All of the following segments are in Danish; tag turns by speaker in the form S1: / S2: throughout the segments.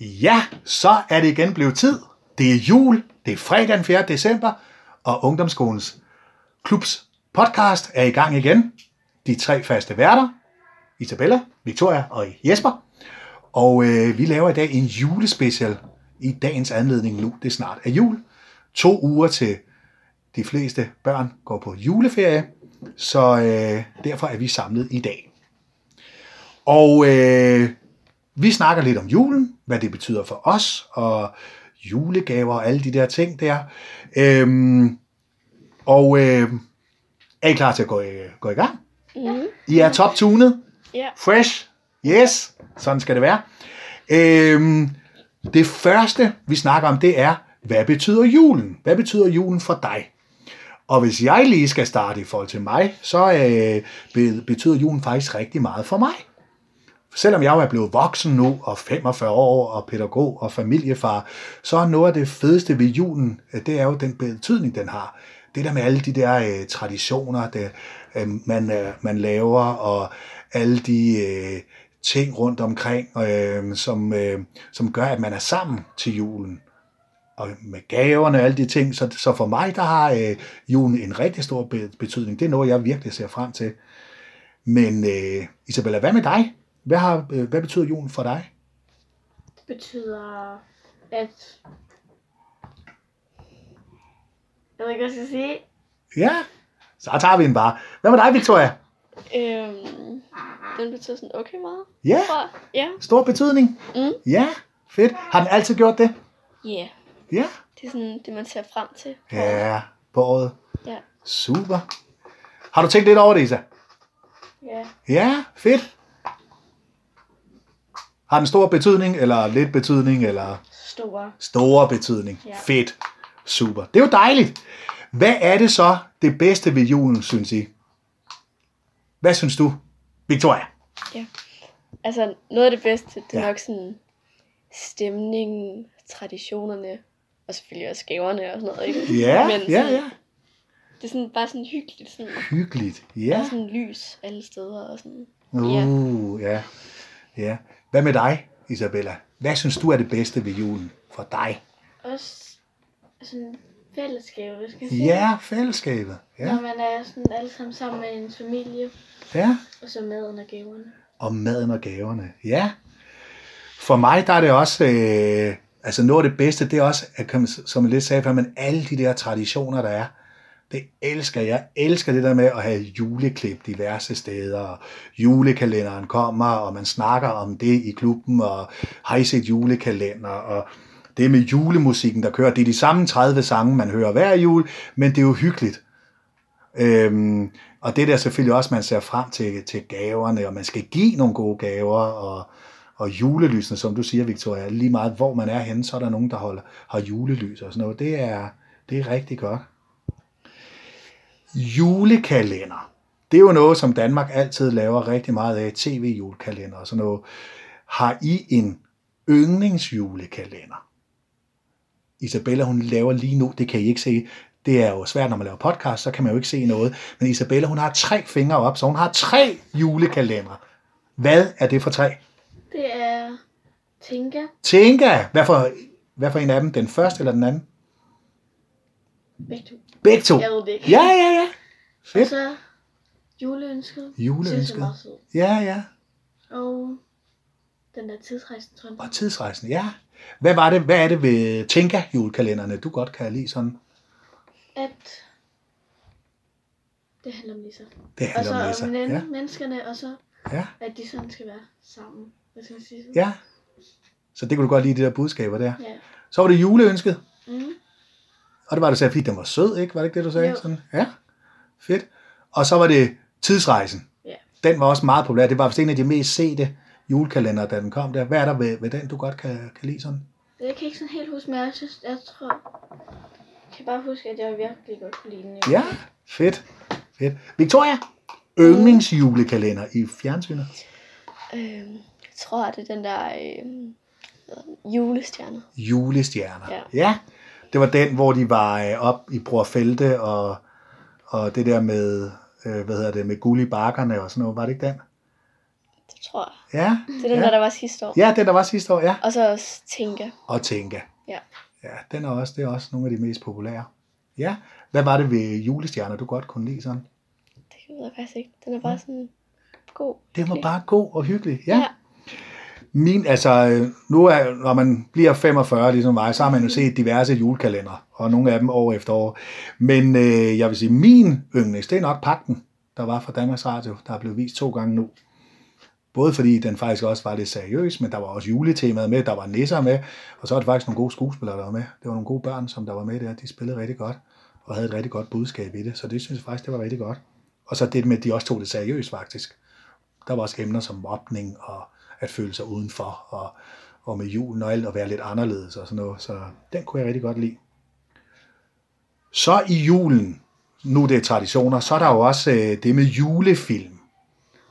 S1: Ja, så er det igen blevet tid. Det er jul, det er fredag den 4. december, og Ungdomsskolens Klubs podcast er i gang igen. De tre faste værter, Isabella, Victoria og Jesper. Og øh, vi laver i dag en julespecial i dagens anledning nu, det snart er jul. To uger til de fleste børn går på juleferie, så øh, derfor er vi samlet i dag. Og øh, vi snakker lidt om julen, hvad det betyder for os, og julegaver og alle de der ting der. Øhm, og øh, er I klar til at gå, i- gå i gang? Mm. I er toptunet?
S2: Ja.
S1: Fresh? Yes? Sådan skal det være. Øhm, det første, vi snakker om, det er, hvad betyder julen? Hvad betyder julen for dig? Og hvis jeg lige skal starte i forhold til mig, så øh, be- betyder julen faktisk rigtig meget for mig selvom jeg jo er blevet voksen nu, og 45 år, og pædagog og familiefar, så er noget af det fedeste ved julen, øh, det er jo den betydning, den har. Det der med alle de der øh, traditioner, det, øh, man, øh, man laver, og alle de øh, ting rundt omkring, øh, som, øh, som gør, at man er sammen til julen og med gaverne og alle de ting. Så, så for mig, der har øh, julen en rigtig stor be- betydning. Det er noget, jeg virkelig ser frem til. Men øh, Isabella, hvad med dig? Hvad, har, øh, hvad betyder julen for dig?
S2: betyder, at... Jeg ved ikke, hvad jeg skal sige.
S1: Ja, så tager vi den bare. Hvad med dig, Victoria?
S2: Øhm, den betyder sådan okay meget,
S1: Ja,
S2: tror jeg. Ja.
S1: stor betydning.
S2: Mm.
S1: Ja, fedt. Har den altid gjort det?
S2: Ja. Yeah.
S1: Ja.
S2: Det er sådan det, man ser frem til.
S1: Ja, på året.
S2: Ja.
S1: Super. Har du tænkt lidt over det, Isa?
S2: Ja.
S1: Ja, fedt. Har den stor betydning, eller lidt betydning, eller...
S2: Store.
S1: Store betydning. Ja.
S2: Ja.
S1: Fedt. Super. Det er jo dejligt. Hvad er det så det bedste ved julen, synes I? Hvad synes du, Victoria?
S2: Altså, noget af det bedste, det er
S1: Ja.
S2: ja. nok sådan stemningen, traditionerne, og selvfølgelig også gaverne og sådan noget, ikke?
S1: Ja,
S2: Men
S1: ja,
S2: sådan-
S1: ja.
S2: Det er sådan bare sådan hyggeligt, sådan,
S1: Hyggeligt.
S2: ja.
S1: Ja.
S2: og sådan lys alle steder og sådan. ja.
S1: Uh, ja. ja. Hvad med dig, Isabella? Hvad synes du er det bedste ved julen for dig?
S3: også sådan fællesskab, hvis jeg skal sige.
S1: Ja, fællesskabet. Ja,
S3: Når man er sådan alle sammen sammen med ens familie,
S1: ja.
S3: og så med under gaverne.
S1: og maden og gaverne. Ja. For mig der er det også, øh, altså noget af det bedste, det er også, at, kan man- som jeg lidt sagde før, men alle de der traditioner, der er, det elsker jeg. jeg. elsker det der med at have juleklip diverse steder, og julekalenderen kommer, og man snakker om det i klubben, og har I set julekalender, og det med julemusikken, der kører. Det er de samme 30 sange, man hører hver jul, men det er jo hyggeligt. Øhm, og det der selvfølgelig også, man ser frem til, til gaverne, og man skal give nogle gode gaver, og, og julelysene, som du siger, Victoria, lige meget hvor man er henne, så er der nogen, der holder, har julelys og sådan noget. Det er, det er rigtig godt. Julekalender. Det er jo noget, som Danmark altid laver rigtig meget af. TV-julekalender og sådan noget. Har I en yndlingsjulekalender? Isabella, hun laver lige nu, det kan I ikke se, det er jo svært, når man laver podcast, så kan man jo ikke se noget. Men Isabella, hun har tre fingre op, så hun har tre julekalendere. Hvad er det for tre?
S3: Det er Tinka,
S1: Tænker, hvad for, hvad for en af dem? Den første eller den anden?
S3: begge to.
S1: Begge to.
S3: Jeg ved det ikke.
S1: Ja, ja, ja.
S3: Og
S1: Fedt.
S3: så juleønsket.
S1: Juleønsket.
S3: Synes jeg er meget sød.
S1: Ja, ja.
S3: Og den der tidsrejsen, tror jeg.
S1: Og tidsrejsen, ja. Hvad var det, hvad er det ved Tænker julekalenderne, du godt kan lide sådan?
S3: At det handler om Lisa.
S1: Det
S3: Og
S1: handler
S3: så
S1: om
S3: om
S1: nisser.
S3: hinanden,
S1: Ja,
S3: menneskerne, og så
S1: ja,
S3: at de sådan skal være sammen. Hvad skal man sige? sådan?
S1: ja. Så det kunne du godt lide, de der budskaber der.
S3: ja.
S1: Så var det juleønsket,
S3: Mm.
S1: og det var, du sagde, fordi den var sød, ikke? Var det ikke det, du sagde?
S3: Jo.
S1: Sådan? Ja, fedt. Og så var det tidsrejsen.
S3: Ja.
S1: Den var også meget populær. Det var vist en af de mest sete julekalender, da den kom der. Hvad er der ved, ved den, du godt kan, kan lide sådan?
S3: Jeg kan ikke sådan helt huske, men jeg, synes, jeg tror... Jeg kan bare huske, at jeg virkelig godt kunne lide den. jo.
S1: Ja, fedt. fedt. Victoria, yndlingsjulekalender i fjernsynet.
S2: Øhm, jeg tror, at det er den der øhm, hvad hedder den? julestjerne.
S1: Julestjerner.
S2: Ja.
S1: ja. Det var den, hvor de var øh, op i Brorfelte og, og det der med, øh, hvad hedder det, med guld i bakkerne og sådan noget. Var det ikke den?
S2: Det tror jeg.
S1: Ja,
S2: Det er den
S1: Ja.
S2: ja. der, der var sidste år.
S1: ja den der var sidste år, ja.
S2: Og så også Tinka.
S1: Og Tænka.
S2: Ja.
S1: Ja, den er også, det er også nogle af de mest populære. Ja, hvad var det ved julestjerner, du godt kunne lide sådan?
S2: Det ved jeg faktisk ikke. Den er bare sådan god.
S1: Det var
S2: hyggelig.
S1: bare god og hyggelig. Ja. Min, altså, øh, nu er, når man bliver 45, ligesom mig, så har man jo set diverse julekalendere, og nogle af dem år efter år. Men øh, jeg vil sige, min yndlings, det er nok Pakten, der var fra Danmarks Radio, der er blevet vist to gange nu. Både fordi den faktisk også var lidt seriøs, men der var også juletemaet med, der var nisser med, og så var det faktisk nogle gode skuespillere, der var med. Det var nogle gode børn, som der var med der, de spillede rigtig godt, og havde et rigtig godt budskab i det, så det synes jeg faktisk, det var rigtig godt. Og så det med, at de også tog det seriøst faktisk der var også emner som mobning og at føle sig udenfor og, og med julen og alt og være lidt anderledes og sådan noget. Så den kunne jeg rigtig godt lide. Så i julen, nu det er traditioner, så er der jo også øh, det med julefilm,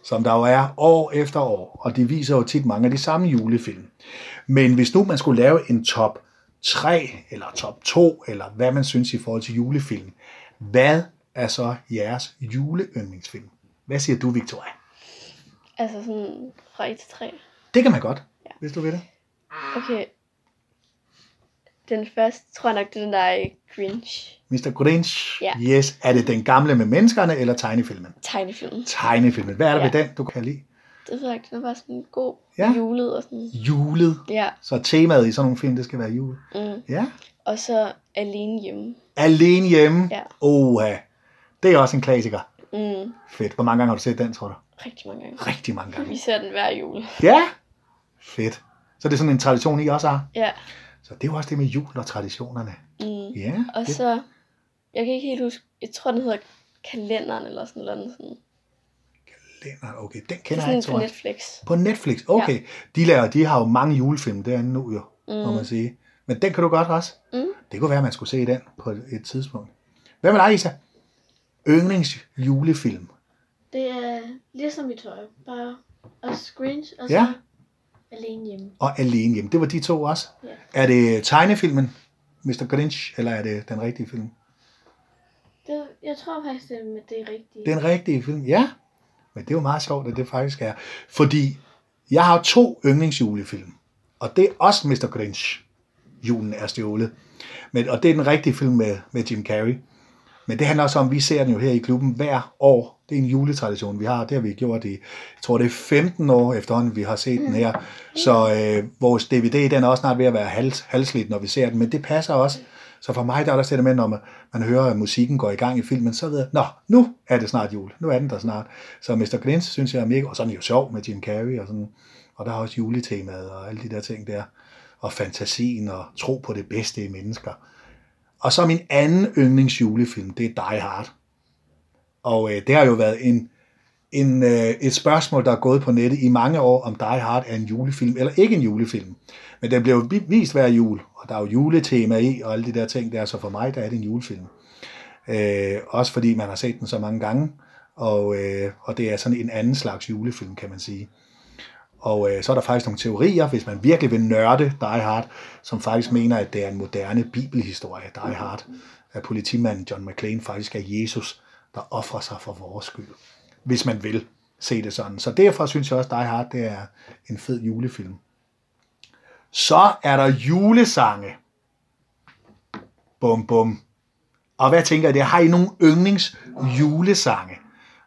S1: som der jo er år efter år, og de viser jo tit mange af de samme julefilm. Men hvis nu man skulle lave en top 3 eller top 2, eller hvad man synes i forhold til julefilm, hvad er så jeres juleyndlingsfilm? Hvad siger du, Victoria?
S2: Altså sådan fra 1 til 3.
S1: Det kan man godt, ja.
S2: Ja.
S1: hvis du vil det.
S2: Okay. Den første, tror jeg nok, det er den der øh, Grinch
S1: Mr. Grinch,
S2: Ja.
S1: yes. Er det den gamle med menneskerne, eller tegnefilmen?
S2: tegnefilm.
S1: Tegnefilmen. Hvad er der ja.
S2: Ja.
S1: ved den, du kan lide?
S2: Det ved jeg ikke, den er bare sådan god
S1: Ja.
S2: ja. julet og sådan.
S1: Julet.
S2: Ja.
S1: Så temaet i sådan nogle film, det skal være jul.
S2: Mm.
S1: Ja.
S2: Og så alene hjemme.
S1: Alene hjemme.
S2: Ja.
S1: Oha. Det er også en klassiker.
S2: Mm.
S1: Fedt. Hvor mange gange har du set den, tror du?
S2: Rigtig mange gange.
S1: Rigtig mange gange.
S2: Vi ser den hver jul.
S1: Ja. Fedt. Så det er sådan en tradition, I også har.
S2: Ja.
S1: Så det er jo også det med jul og traditionerne.
S2: Mm.
S1: Ja.
S2: Og
S1: fedt.
S2: så, jeg kan ikke helt huske, jeg tror, den hedder kalenderen eller sådan noget. Sådan.
S1: Kalenderen. Okay, den
S2: Det er
S1: kender jeg
S2: sådan
S1: ikke,
S2: på
S1: tror jeg.
S2: Netflix.
S1: På Netflix. Okay. Ja. De, laver, de har jo mange julefilm derinde nu, jo. må
S2: Mm.
S1: man sige. Men den kan du godt også.
S2: Mm.
S1: Det kunne være, at man skulle se den på et et tidspunkt. Hvad med dig, Isa? Yndlings julefilm.
S3: Det er ligesom i tøj. Bare og Grinch og
S1: Ja.
S3: så alene hjemme.
S1: Og Alene Hjem. Det var de to også.
S3: Ja.
S1: Er det tegnefilmen, Mr. Grinch, eller er det den rigtige film?
S3: Det, jeg tror faktisk, det er med det rigtige.
S1: Den rigtige film, ja. Men det er jo meget sjovt, at det faktisk er. Fordi jeg har to yndlingsjulefilm. Og det er også Mr. Grinch. Julen er stjålet. Men, og det er den rigtige film med, med Jim Carrey. Men det handler også om, at vi ser den jo her i klubben hver år. Det er en juletradition, vi har. Det har vi gjort i, jeg tror det er 15 år efterhånden, vi har set den her. Så øh, vores DVD, den er også snart ved at være hals, halsligt, når vi ser den. Men det passer også. Så for mig, der er der også det der med, når man, man hører, at musikken går i gang i filmen, så ved jeg, nå, nu er det snart jul. Nu er den der snart. Så Mr. Grinch synes jeg er mega, og så er den jo sjov med Jim Carrey og sådan. Og der er også juletemaet og alle de der ting der. Og fantasien og tro på det bedste i mennesker. Og så min anden yndlingsjulefilm, det er Die Hard. Og øh, det har jo været en, en, øh, et spørgsmål, der er gået på nettet i mange år, om Die Hard er en julefilm eller ikke en julefilm. Men den bliver jo vi- vist hver jul, og der er jo juletema i og alle de der ting der, så for mig der er det en julefilm. Øh, også fordi man har set den så mange gange, og, øh, og det er sådan en anden slags julefilm, kan man sige. Og øh, så er der faktisk nogle teorier, hvis man virkelig vil nørde Die Hard, som faktisk mener, at det er en moderne bibelhistorie, Die Hard, at politimanden John McClane faktisk er Jesus, der offrer sig for vores skyld, hvis man vil se det sådan. Så derfor synes jeg også, Die Hard det er en fed julefilm. Så er der julesange. Bum, bum. Og hvad tænker jeg? Har I nogle yndlings julesange?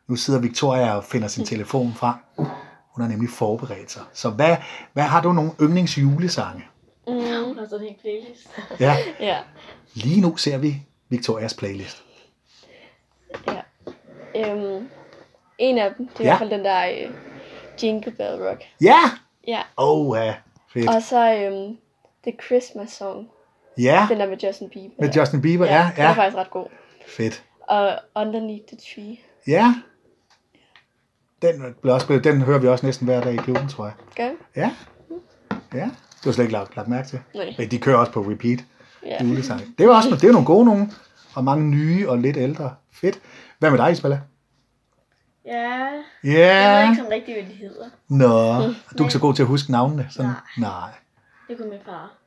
S1: Nu sidder Victoria og finder sin telefon frem. Hun har nemlig forberedt sig. Så hvad, hvad har du nogle yndlings julesange?
S2: Mm.
S3: Hun har sådan en playlist.
S1: Ja,
S2: Ja.
S1: lige nu ser vi Victorias playlist.
S2: Ja. Øhm, en af dem, det
S1: Ja.
S2: er ja. i hvert fald den der øh, Jingle Bell Rock.
S1: Ja!
S2: Ja.
S1: Åh, ja. Fedt.
S2: Og så øhm, The Christmas Song.
S1: Ja,
S2: Den der med Justin Bieber.
S1: med Justin Bieber. Ja,
S2: Den er
S1: ja.
S2: faktisk ret god.
S1: Fedt.
S2: Og Underneath the Tree.
S1: Ja. Den, blev også, den hører vi også næsten hver dag i klubben, tror jeg.
S2: Gør den?
S1: Ja. Ja. Det var slet ikke lagt, lagt mærke til.
S2: Nej.
S1: Men de kører også på repeat.
S2: Ja.
S1: Julesange. Det er jo også det er jo nogle gode nogen. Og mange nye og lidt ældre. Fedt. Hvad med dig, Isabella?
S3: Ja. Jeg ved
S1: Ja.
S3: ikke
S1: Yeah.
S3: sådan rigtig, hvad de hedder.
S1: Nå. Du er ikke så god til at huske navnene. Sådan. Nej.
S3: Det kunne min far.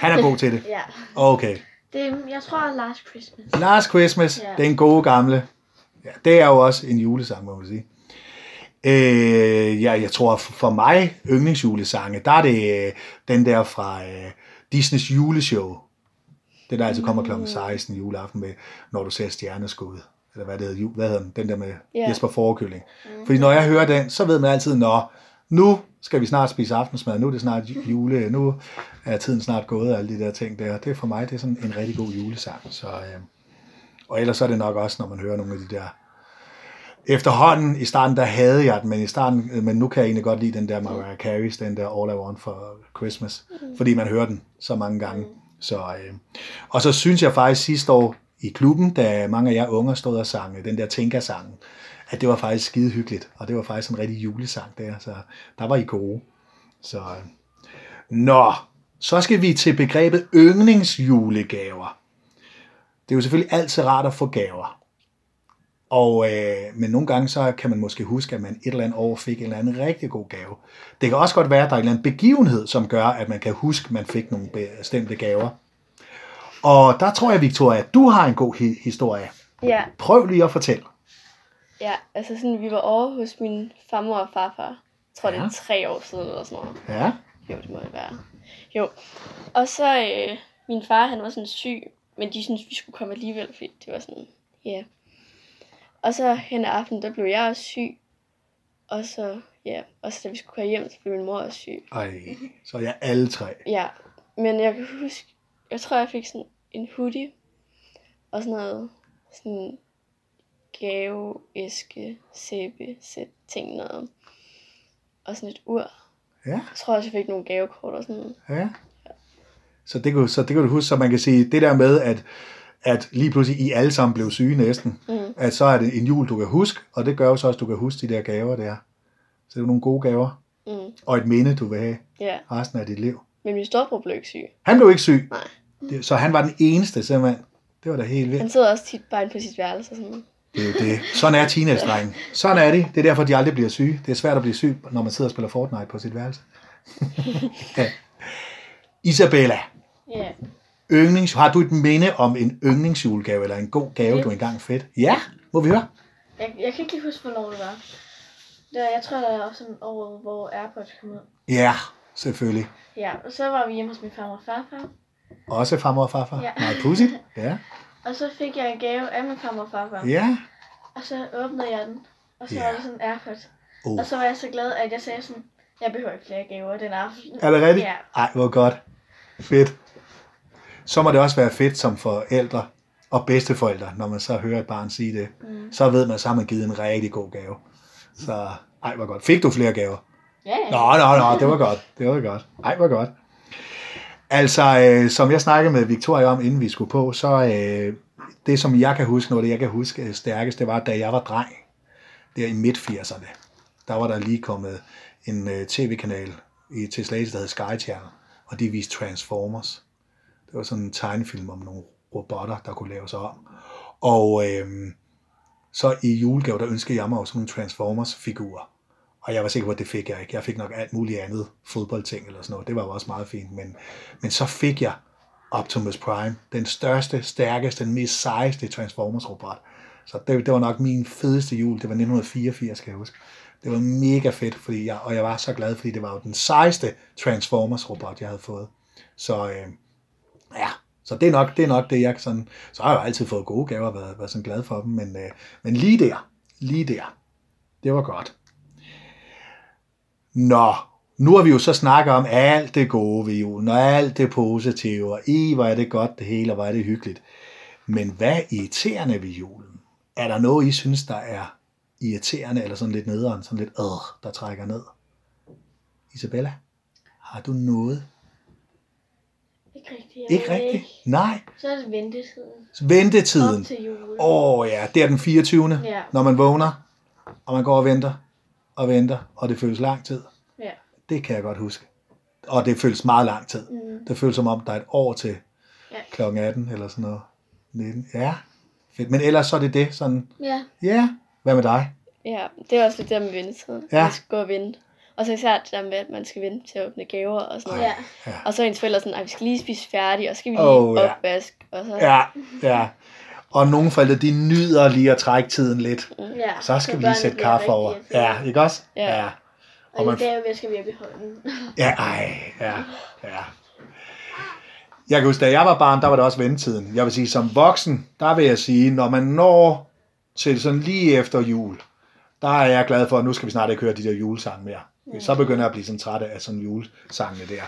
S1: Han er god til det.
S3: Ja.
S1: Okay.
S3: Det, er- jeg tror, Last Christmas.
S1: Last Christmas,
S3: Ja.
S1: den gode gamle. Ja, det er jo også en julesang, må man sige. Øh, ja, jeg tror for mig, yndlingsjulesange, der er det øh, den der fra øh, Disneys juleshow. Det der altså kommer kl. 16 juleaften med, når du ser stjerneskud. Eller hvad det hedder, ju- hvad hedder den? Den der med
S2: Ja.
S1: Jesper Forekylling. Fordi når jeg hører den, så ved man altid, nå, nu skal vi snart spise aftensmad, nu er det snart ju- jule, nu er tiden snart gået og alle de der ting der. Det er for mig, det er sådan en rigtig god julesang. Så, øh, og ellers så er det nok også, når man hører nogle af de der efterhånden, i starten der havde jeg den, men, i starten, øh, men nu kan jeg egentlig godt lide den der Mariah Carey's, den der All I Want for Christmas, fordi man hører den så mange gange. Så, øh. Og så synes jeg faktisk sidste år i klubben, da mange af jer unger stod og sang øh, den der Tinka-sangen, at det var faktisk skide hyggeligt, og det var faktisk en rigtig julesang der, så der var I gode. Så, øh. Nå, så skal vi til begrebet yndlingsjulegaver. Det er jo selvfølgelig altid rart at få gaver. Og, øh, men nogle gange så kan man måske huske, at man et eller andet år fik en eller anden rigtig god gave. Det kan også godt være, at der er en eller anden begivenhed, som gør, at man kan huske, at man fik nogle bestemte gaver. Og der tror jeg, Victoria, at du har en god hi- historie.
S2: Ja,
S1: Prøv lige at fortælle.
S2: ja, altså sådan, vi var over hos min farmor og farfar. Jeg tror, ja. det
S1: Ja.
S2: er tre år siden eller sådan noget.
S1: Ja,
S2: Jo, det må det være. Jo. Og så, øh, min far, han var sådan syg, men de syntes, vi skulle komme alligevel, fordi det var sådan, ja. Yeah. Og så hen ad aftenen, der blev jeg også syg. Og så, ja, og så da vi skulle køre hjem, så blev min mor også syg.
S1: Ej, så er jeg alle tre.
S2: Ja, men jeg kan huske, jeg tror, jeg fik sådan en hoodie og sådan noget, sådan gave, æske, sæbe, sæt, ting, noget. Og sådan et ur.
S1: Ja.
S2: Jeg tror også, jeg fik nogle gavekort og sådan noget.
S1: Ja. Så det, kunne, så det kan du huske, så man kan sige, det der med, at, at lige pludselig I alle sammen blev syge næsten,
S2: Mm.
S1: at så er det en jul, du kan huske, og det gør jo så også, at du kan huske de der gaver der. Så det er jo nogle gode gaver,
S2: Mm,
S1: og et minde, du vil have
S2: ja.
S1: resten af dit liv.
S2: Men min storebror blev ikke syg.
S1: Han blev ikke syg,
S2: Nej.
S1: Det- så han var den eneste simpelthen. Det var da helt vildt.
S2: Han sidder også tit bare inde på sit værelse og sådan noget.
S1: Det er jo det. Sådan er teenage-drenge. Sådan er de. Det er derfor, de aldrig bliver syge. Det er svært at blive syg, når man sidder og spiller Fortnite på sit værelse. ja. Isabella,
S3: Ja.
S1: yndlings, har du et minde om en yndlingsjulegave, eller en god gave, du engang fik? Ja, må vi høre?
S3: Jeg, jeg kan ikke lige huske, hvornår det var. Det var jeg tror, der var sådan over, hvor Airpods kom ud.
S1: Ja, selvfølgelig.
S3: Ja, og så var vi hjemme hos min farmor og farfar.
S1: Også farmor og farfar. Ja.
S3: Ja.
S1: Meget pudsigt. Ja.
S3: Og så fik jeg en gave af min farmor og farfar.
S1: ja.
S3: Og så åbnede jeg den. Og så
S1: Ja.
S3: var der sådan en Airpods.
S1: Oh.
S3: Og så var jeg så glad, at jeg sagde sådan, jeg behøver ikke flere gaver den aften.
S1: Er det rigtigt?
S3: Ja.
S1: Ej, hvor godt. Fedt. Så må det også være fedt som forældre og bedsteforældre, når man så hører et barn sige det. Mm. Så ved man, så har man givet en rigtig god gave. Så, ej, hvor godt. Fik du flere gaver?
S3: Ja, ja.
S1: Nå, nå, nå, det var godt. Det var godt. Ej, hvor godt. Altså, øh, som jeg snakkede med Victoria om, inden vi skulle på, så øh, det, som jeg kan huske, noget af det, jeg kan huske øh, stærkest, det var, da jeg var dreng, der i midt-80'erne, der var der lige kommet en øh, tv-kanal i, til Slagelse, der hed Sky Channel, og de viste Transformers. Det var sådan en tegnefilm om nogle robotter, der kunne lave sig om. Og øh, så i julegave, der ønskede jeg mig også nogle Transformers-figurer. Og jeg var sikker på, at det fik jeg ikke. Jeg fik nok alt muligt andet fodboldting eller sådan noget. Det var jo også meget fint. Men, men så fik jeg Optimus Prime, den største, stærkeste, den mest sejeste Transformers-robot. Så det, det, var nok min fedeste jul. Det var 1984, kan jeg huske. Det var mega fedt, fordi jeg, og jeg var så glad, fordi det var jo den sejeste Transformers-robot, jeg havde fået. Så øh, ja, så det er nok det, er nok det jeg sådan... Så har jeg jo altid fået gode gaver og været, været sådan glad for dem, men, øh, men lige der, lige der, det var godt. Nå, nu har vi jo så snakket om alt det gode ved julen, og alt det positive, og i, hvor er det godt det hele, og hvor er det hyggeligt. Men hvad er irriterende ved julen? Er der noget, I synes, der er irriterende, eller sådan lidt nederen, sådan lidt ad, der trækker ned? Isabella, har du noget?
S3: Ikke rigtigt. jeg
S1: Ikke
S3: ved det
S1: rigtigt? Nej.
S3: Så er det ventetiden.
S1: Ventetiden.
S3: Op til jul.
S1: Åh oh, ja, det er den 24.
S3: Ja.
S1: Når man vågner, og man går og venter, og venter, og det føles lang tid.
S3: Ja.
S1: Det kan jeg godt huske. Og det føles meget lang tid.
S3: Mm.
S1: Det føles som om, der er et år til
S3: Ja.
S1: kl. 18 eller sådan noget. 19. Ja, fedt. Men ellers så er det det sådan,
S3: Ja.
S1: ja, yeah. hvad med dig?
S2: Ja, det er også lidt der med ventetiden.
S1: Ja.
S2: Man skal gå og vente. Og så især det der med, at man skal vente til at åbne gaver og sådan noget.
S3: Ja.
S1: Ja.
S2: Og så er ens forældre sådan, at vi skal lige spise færdig, og så skal vi lige
S1: Åh,
S2: oh,
S1: ja.
S2: opvask. Og så,
S1: Ja, ja. og nogle forældre, de nyder lige at trække tiden lidt.
S3: Ja,
S1: Så skal vi lige
S3: børnene
S1: sætte
S3: bliver
S1: kaffe
S3: rigtig
S1: over.
S3: irriterede.
S1: Ja, ikke også?
S2: Ja.
S1: ja.
S3: Og,
S1: Og man-
S3: og man... bagved skal vi have hånden.
S1: Ja, ej, ja, ja. Jeg kan huske, da jeg var barn, der var det også ventetiden. Jeg vil sige, som voksen, der vil jeg sige, når man når til sådan lige efter jul, der er jeg glad for, at nu skal vi snart ikke høre de der julesange mere. Så begynder jeg at blive sådan træt af sådan julesangene der.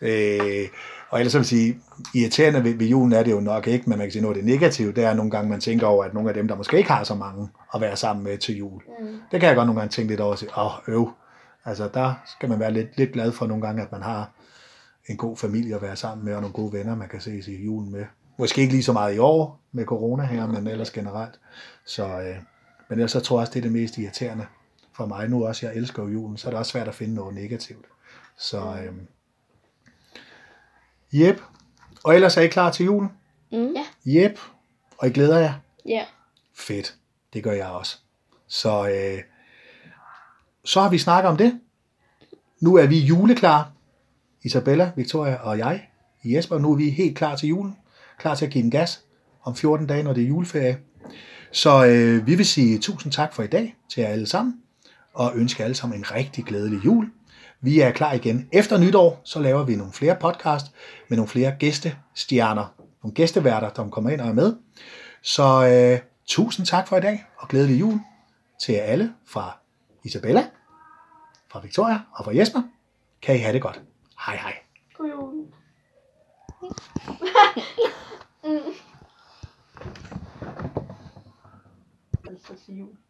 S1: Øh, og ellers så vil jeg sige, irriterende ved, ved julen er det jo nok ikke, men man kan sige, noget af det negative, det er nogle gange, man tænker over, at nogle af dem, der måske ikke har så mange at være sammen med til jul,
S3: Mm.
S1: det kan jeg godt nogle gange tænke lidt over og sige, åh, øv. Altså, der skal man være lidt, lidt glad for nogle gange, at man har en god familie at være sammen med, og nogle gode venner, man kan ses i julen med. Måske ikke lige så meget i år med corona her, men ellers generelt. Så, øh, men ellers så tror jeg også, det er det mest irriterende for mig nu også. Jeg elsker jo julen, så er det også svært at finde noget negativt. Så, øh, jep. Og ellers er I klar til julen?
S2: Mm.
S3: Ja.
S1: Jep. Og I glæder jer?
S2: Ja.
S1: Fedt. Det gør jeg også. Så, øh, så har vi snakket om det. Nu er vi juleklar. Isabella, Victoria og jeg i Jesper. Nu er vi helt klar til julen. Klar til at give den gas om 14 dage, når det er juleferie. Så øh, vi vil sige tusind tak for i dag til jer alle sammen. Og ønske alle sammen en rigtig glædelig jul. Vi er klar igen efter nytår, så laver vi nogle flere podcast med nogle flere gæstestjerner. Nogle gæsteværter, der kommer ind og er med. Så øh, tusind tak for i dag, og glædelig jul til jer alle fra Isabella, fra Victoria og fra Jesper. Kan I have det godt. Hej hej.
S3: God jul. mm. Altså til jul.